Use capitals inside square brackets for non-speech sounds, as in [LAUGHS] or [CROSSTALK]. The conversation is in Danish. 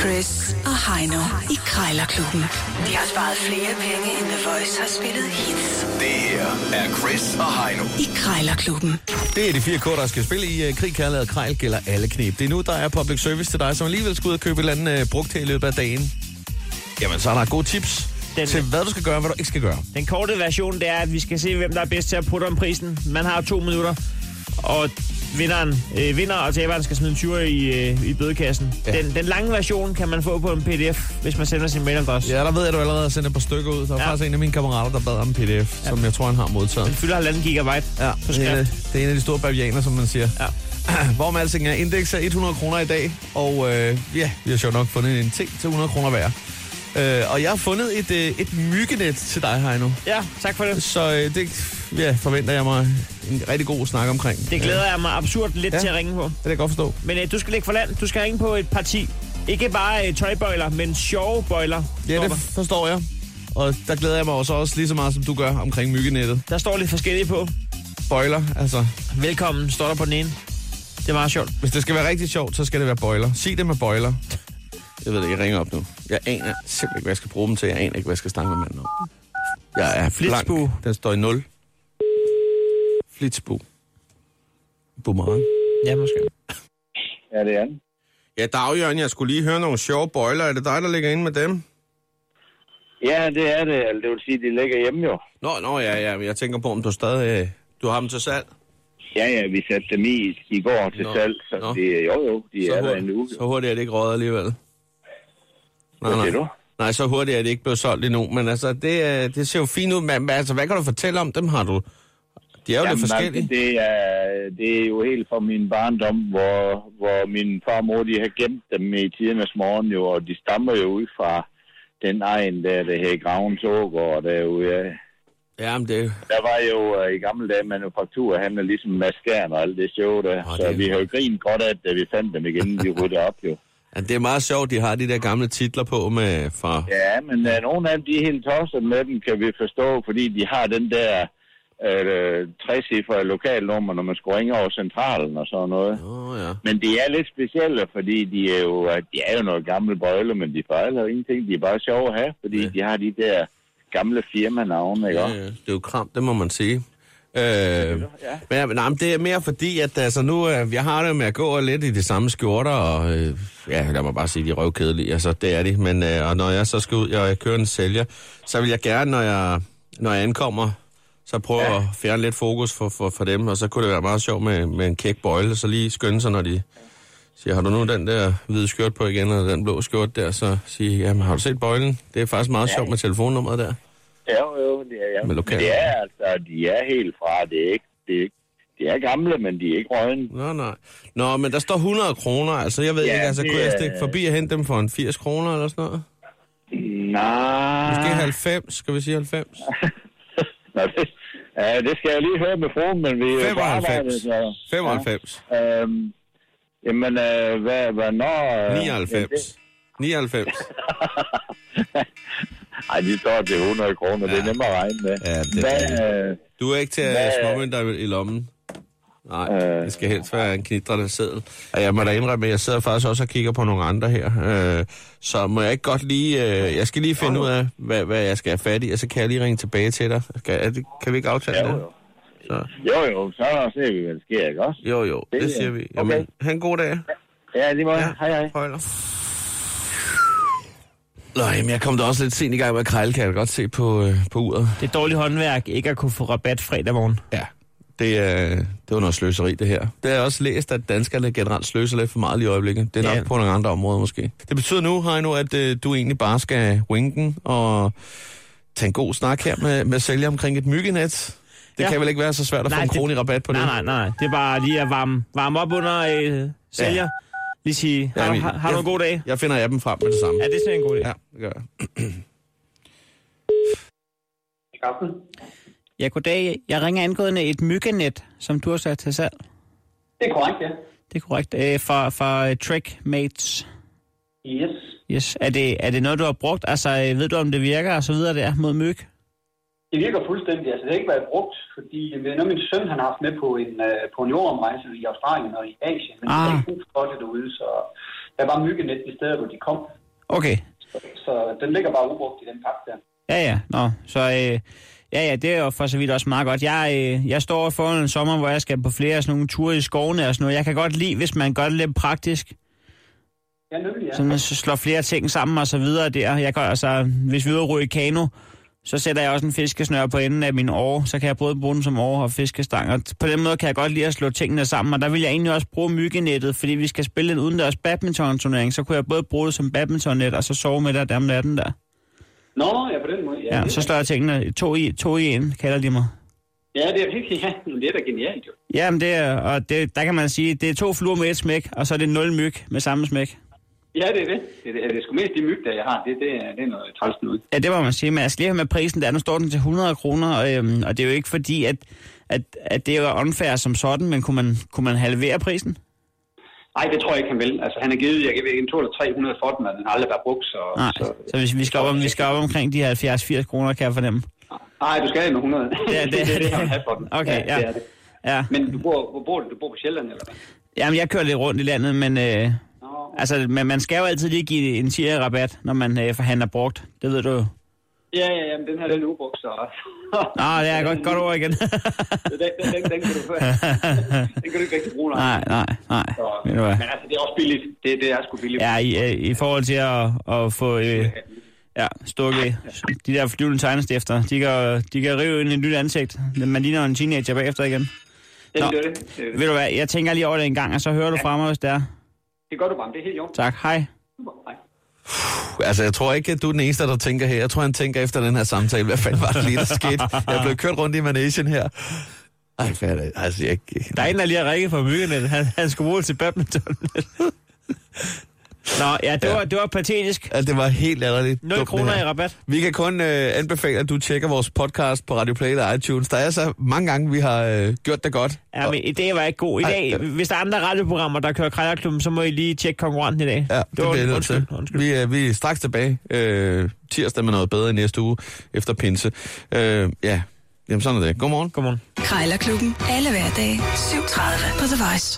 Chris og Heino i Krejlerklubben. De har sparet flere penge, end The Voice har spillet hits Det her er Chris og Heino. i Krejlerklubben. Det er de fire kår, der skal spille i øh, krig, kærlighed og krejl gælder alle knep. Det er nu, der er public service til dig, som alligevel skal ud og købe et eller andet øh, brugt her i løbet af dagen. Jamen, så er der gode tips Den- til, hvad du skal gøre og hvad du ikke skal gøre. Den korte version, det er, at vi skal se, hvem der er bedst til at putte om prisen. Man har to minutter, og vinderen, øh, vinder og taberen skal smide en 20 i, øh, i bødekassen. Ja. Ja. Den, den lange version kan man få på en pdf, hvis man sender sin mailadress. Ja. Ja, der ved jeg, du allerede har sendt et par stykker ud. Der er ja. Ja. faktisk en af mine kammerater, der bad om en pdf, ja. som jeg tror, han har Den modtaget. fylder halvanden gigabyte Ja, på det er, en af- skrift. det er en af de store bavianer, som man siger. Ja. [CLEARS THROAT] Hvorom alting er, indeks er 100 kroner i dag, og øh, ja, vi har sjovt nok fundet en ting til 100 kroner hver. Øh, og jeg har fundet et, øh, et myggenet til dig, Heino. Ja, tak for det. Så øh, det ja, forventer jeg mig en rigtig god snak omkring. Det glæder jeg mig absurd lidt Ja. ja. til at ringe på. Det kan jeg godt forstå. Men øh, du skal ikke for land. Du skal ringe på et parti. Ikke bare øh, tøjbøjler, men sjove bøjler. Ja, står det der. forstår jeg. Og der glæder jeg mig også, også lige så meget, som du gør omkring myggenettet. der står lidt forskellige på. Bøjler, altså. Velkommen, står der på den ene. Det er meget sjovt. Hvis det skal være rigtig sjovt, så skal det være bøjler. Sig det med bøjler. Jeg ved det, jeg ringer op nu. Jeg aner simpelthen ikke, hvad jeg skal bruge dem til. Jeg aner ikke, hvad jeg skal snakke med manden om. Jeg er blank. Flitsbue. Den står i 0. Flitsbu. Boomerang. Ja, måske. Ja, det er den. Ja, Dag, Jørgen, jeg skulle lige høre nogle sjove bøjler. Er det dig, der ligger inde med dem? Ja, det er det. Eller det vil sige, de ligger hjemme jo. Nå, nå, ja, ja, men jeg tænker på, om du stadig... Øh, du har dem til salg? Ja, ja, vi satte dem i i går til Nå, salg, så nå. det er jo jo, de er der endnu. hurtigt, så hurtigt er det ikke røget alligevel. Hvad siger du? nej, så hurtigt er det ikke blevet solgt endnu, men altså, det, øh, det ser jo fint ud. Men, men altså, hvad kan du fortælle om dem, har du? De er jo Jamen, lidt forskellige. altså, det, er, det er jo helt fra min barndom, hvor, hvor min far og mor de har gemt dem i tidernes morgen, jo, og de stammer jo ud fra den egen der, der her i Gravens Ågård, der jo, ja. Jamen, det, Der var jo øh, i gamle dage manufaktur, han er ligesom maskeren og alt det sjov der. Åh, så det er vi godt. har jo grinet godt af, det, da vi fandt dem igen, de ryddede op jo. ja, det er meget sjovt, de har de der gamle titler på med fra... Ja, men uh, nogle af dem, de er helt tosset med dem, kan vi forstå, fordi de har den der øh, trecifrede lokalnummer, når man skulle ringe over centralen og sådan noget. Åh, ja. Men de er lidt specielle, fordi de er jo, øh, de er jo nogle gamle bøjler, men de fejler jo ingenting. De er bare sjove at have, fordi Ja. ja. de har de der gamle firmanavne, ikke? Ja, også? ja. Det er jo kram, det må man sige. Øh, ja. men, nej, men det er mere fordi, at altså, nu, øh, jeg har det med at gå lidt i de samme skjorter, og øh, ja, lad mig bare sige, de er røvkedelige, altså det er de, men øh, og når jeg så skal ud og jeg kører en sælger, så vil jeg gerne, når jeg, når jeg ankommer, så prøve ja. at fjerne lidt fokus for, for, for dem, og så kunne det være meget sjovt med, med en kæk bøjle, så lige skynde sig, når de siger, har du nu den der hvide skjort på igen, eller den blå skjort der, så sige, jamen har du set bøjlen? Det er faktisk meget ja. sjovt med telefonnummeret der. Ja, jo, jo, det er, ja. Med Men lokal- det er altså, de er helt fra, det er ikke, det er ikke, de er gamle, men de er ikke røgne. Nå, nej. Nå, men der står 100 kroner, altså jeg ved ja, Ja, ikke, altså det kunne jeg er- stikke forbi og hente dem for en 80 kroner eller sådan noget? Nej. Måske 90, skal vi sige 90? Nå, det, ja, det skal jeg lige høre med fruen, men vi er jo på arbejde, 95. så... 95. Ja. Øhm, jamen, øh, hvad, hvornår... Øh, jamen, 99. det- 99. Ej, de står til 100 kroner, ja. det er Ja. nemmere at regne med. Ja, det er hvad, rigtigt. øh, Du er ikke til at [LAUGHS] Hvad- småmynde dig i lommen? Nej, Øh. det skal helst være en knitrende seddel. Og jeg må da indrømme, at jeg sidder faktisk også og kigger på nogle andre her. Øh, så må jeg ikke godt lige... Øh, jeg skal lige finde ud af, hvad, hvad jeg skal have fat i, og så kan jeg lige ringe tilbage til dig. Skal, er det, kan vi ikke aftale ja, det? jo, jo. Så. jo, jo, så ser vi, hvad der sker, ikke også? Jo, jo, det, Det- siger vi. Jamen, okay. okay. han god dag. Ja, lige måde. Ja. Hej, hej. Højler. Nå, jamen, jeg kom da også lidt sent i gang med krejl, kan jeg da godt se på, øh, på uret. Det er dårligt håndværk ikke at kunne få rabat fredag morgen. Ja. Det, øh, det var noget sløseri, det her. Det har jeg også læst, at danskerne generelt sløser lidt for meget lige i øjeblikket. Det er nok Ja. på nogle andre områder måske. Det betyder nu, Heino, at øh, du egentlig bare skal winken og tage en god snak her med, med sælger omkring et myggenet. Det Ja. kan vel ikke være så svært at nej, få Nej, en det- krone i rabat på Nej, det? nej, nej. nej. Det er bare lige at varme, varme op under øh, sælger. Lige sige, har, Jamen, du, har, har du en god dag? Jeg finder appen frem med det samme. Ja, det er sådan en god dag. Ja, det gør jeg. Ja, goddag. Jeg ringer angående et myggenet, som du har sat til salg. Det er korrekt, ja. Det er korrekt. Øh, fra fra øh, Trek Mates. Yes. Yes. Er det, er det noget, du har brugt? Altså, øh, ved du, om det virker og så videre der mod myg? Det virker fuldstændig. Altså, det har ikke været brugt, fordi det er noget, min søn han har haft med på en, øh, på en jordomrejse i Australien og i Asien. Men ah. Ah. det er ikke brug for det derude, så Der var myggenet de steder, hvor de kom. Okay. Så den ligger bare ubrugt i den pakke der. Ja, ja. Nå, så... Øh, ja, ja, det er jo for så vidt også meget godt. Jeg, øh, jeg står foran en sommer, hvor jeg skal på flere sådan nogle ture i skovene og sådan noget. Jeg kan godt lide, hvis man gør det lidt praktisk. Ja, nemlig, ja. Så man s- slår flere ting sammen og så videre der. Jeg kan, altså, hvis vi er ude at ryge kano, så sætter jeg også en fiskesnør på enden af min åre. Så kan jeg både bruge den som åre og fiskestang. Og t- på den måde kan jeg godt lide at slå tingene sammen. Og der vil jeg egentlig også bruge myggenettet, fordi vi skal spille en udendørs badminton-turnering. Så kunne jeg både bruge det som badmintonnet og så sove med det der om natten der. Nå, ja, på den måde. Ja, Ja, det, så slår jeg tingene to i, to i en, kalder de mig. ja det er virkelig, ja. Men det er da genialt, jo. Jamen, det er, og det, der kan man sige, det er to fluer med et smæk, og så er det nul myg med samme smæk. Ja, det er det. Det er, det, det er sgu mest de myg, der jeg har. Det, det, er, det er noget træls noget. Ja, det må man sige, men altså lige her med prisen der, nu står den til 100 kroner, og, øhm, og det er jo ikke fordi, at, at, at det er unfair som sådan, men kunne man, kunne man halvere prisen? Nej, det tror jeg ikke, han vil. Altså, han har givet, jeg ved ikke, en 2 eller 300 for den, og den har aldrig været brugt, så... Nej, så, så, så hvis vi skal op, om, vi skal op omkring de 70-80 kroner, kan jeg fornemme. nej, du skal have med 100. [LAUGHS] Ja, det- det, er det, han vil have for den. [LAUGHS] Okay, ja. Det er det. Ja, Men du bor, hvor bor du? Du bor på Sjælland, eller hvad? jamen jeg kører lidt rundt i landet, men, øh, Nå, altså, men man skal jo altid lige give en 10 rabat, når man øh, forhandler brugt. Det ved du jo. ja, ja, ja, men den her, den er ubrugt, så... Nå, Ah, det er godt, godt over igen. [LAUGHS] [LAUGHS] den, den, den, den, kan du, den kan du ikke rigtig bruge, nej, nej, nej. Så, Ved du hvad? men altså, det er også billigt. Det, det er sgu billigt. Ja, i, øh, i forhold til at, at få øh, ja, stukket de der flyvende tegnestifter, de kan, de kan rive ind i et nyt ansigt. Man ligner jo en teenager bagefter igen. det, nå. det, er det, det, er det. Ved du hvad, jeg tænker lige over det en gang, og så hører du fra mig, hvis det er. det gør du bare, men det er helt jo. Tak, hej. Super, nej. Puh, Altså, jeg tror ikke, at du er den eneste, der tænker her. Jeg tror, han tænker efter den her samtale. Hvad fanden var det [LAUGHS] lige, der skete? Jeg blev kørt rundt i manesien her. Ej, hvad er det? Altså, jeg... Der er en, der lige har ringet på myggenet. Han, han skulle bruge det til badminton. Nå, ja, det, Var, det var patetisk. Altså, det var helt ærligt. 0 kroner i rabat. Vi kan kun øh, anbefale, at du tjekker vores podcast på Radio Play eller iTunes. Der er så mange gange, vi har øh, gjort det godt. Ja, men i dag var ikke god. I Ej, dag, ja. hvis der er andre radioprogrammer, der kører Krejlerklubben, så må I lige tjekke konkurrenten i dag. Ja, det, var- bliver jeg nødt til. undskyld, undskyld. Vi er, vi er straks tilbage øh, tirsdag med noget bedre i næste uge efter pinse. Øh, ja, jamen sådan er det. Godmorgen. Godmorgen. Krejlerklubben. Alle hverdage. 7.30 på The Voice.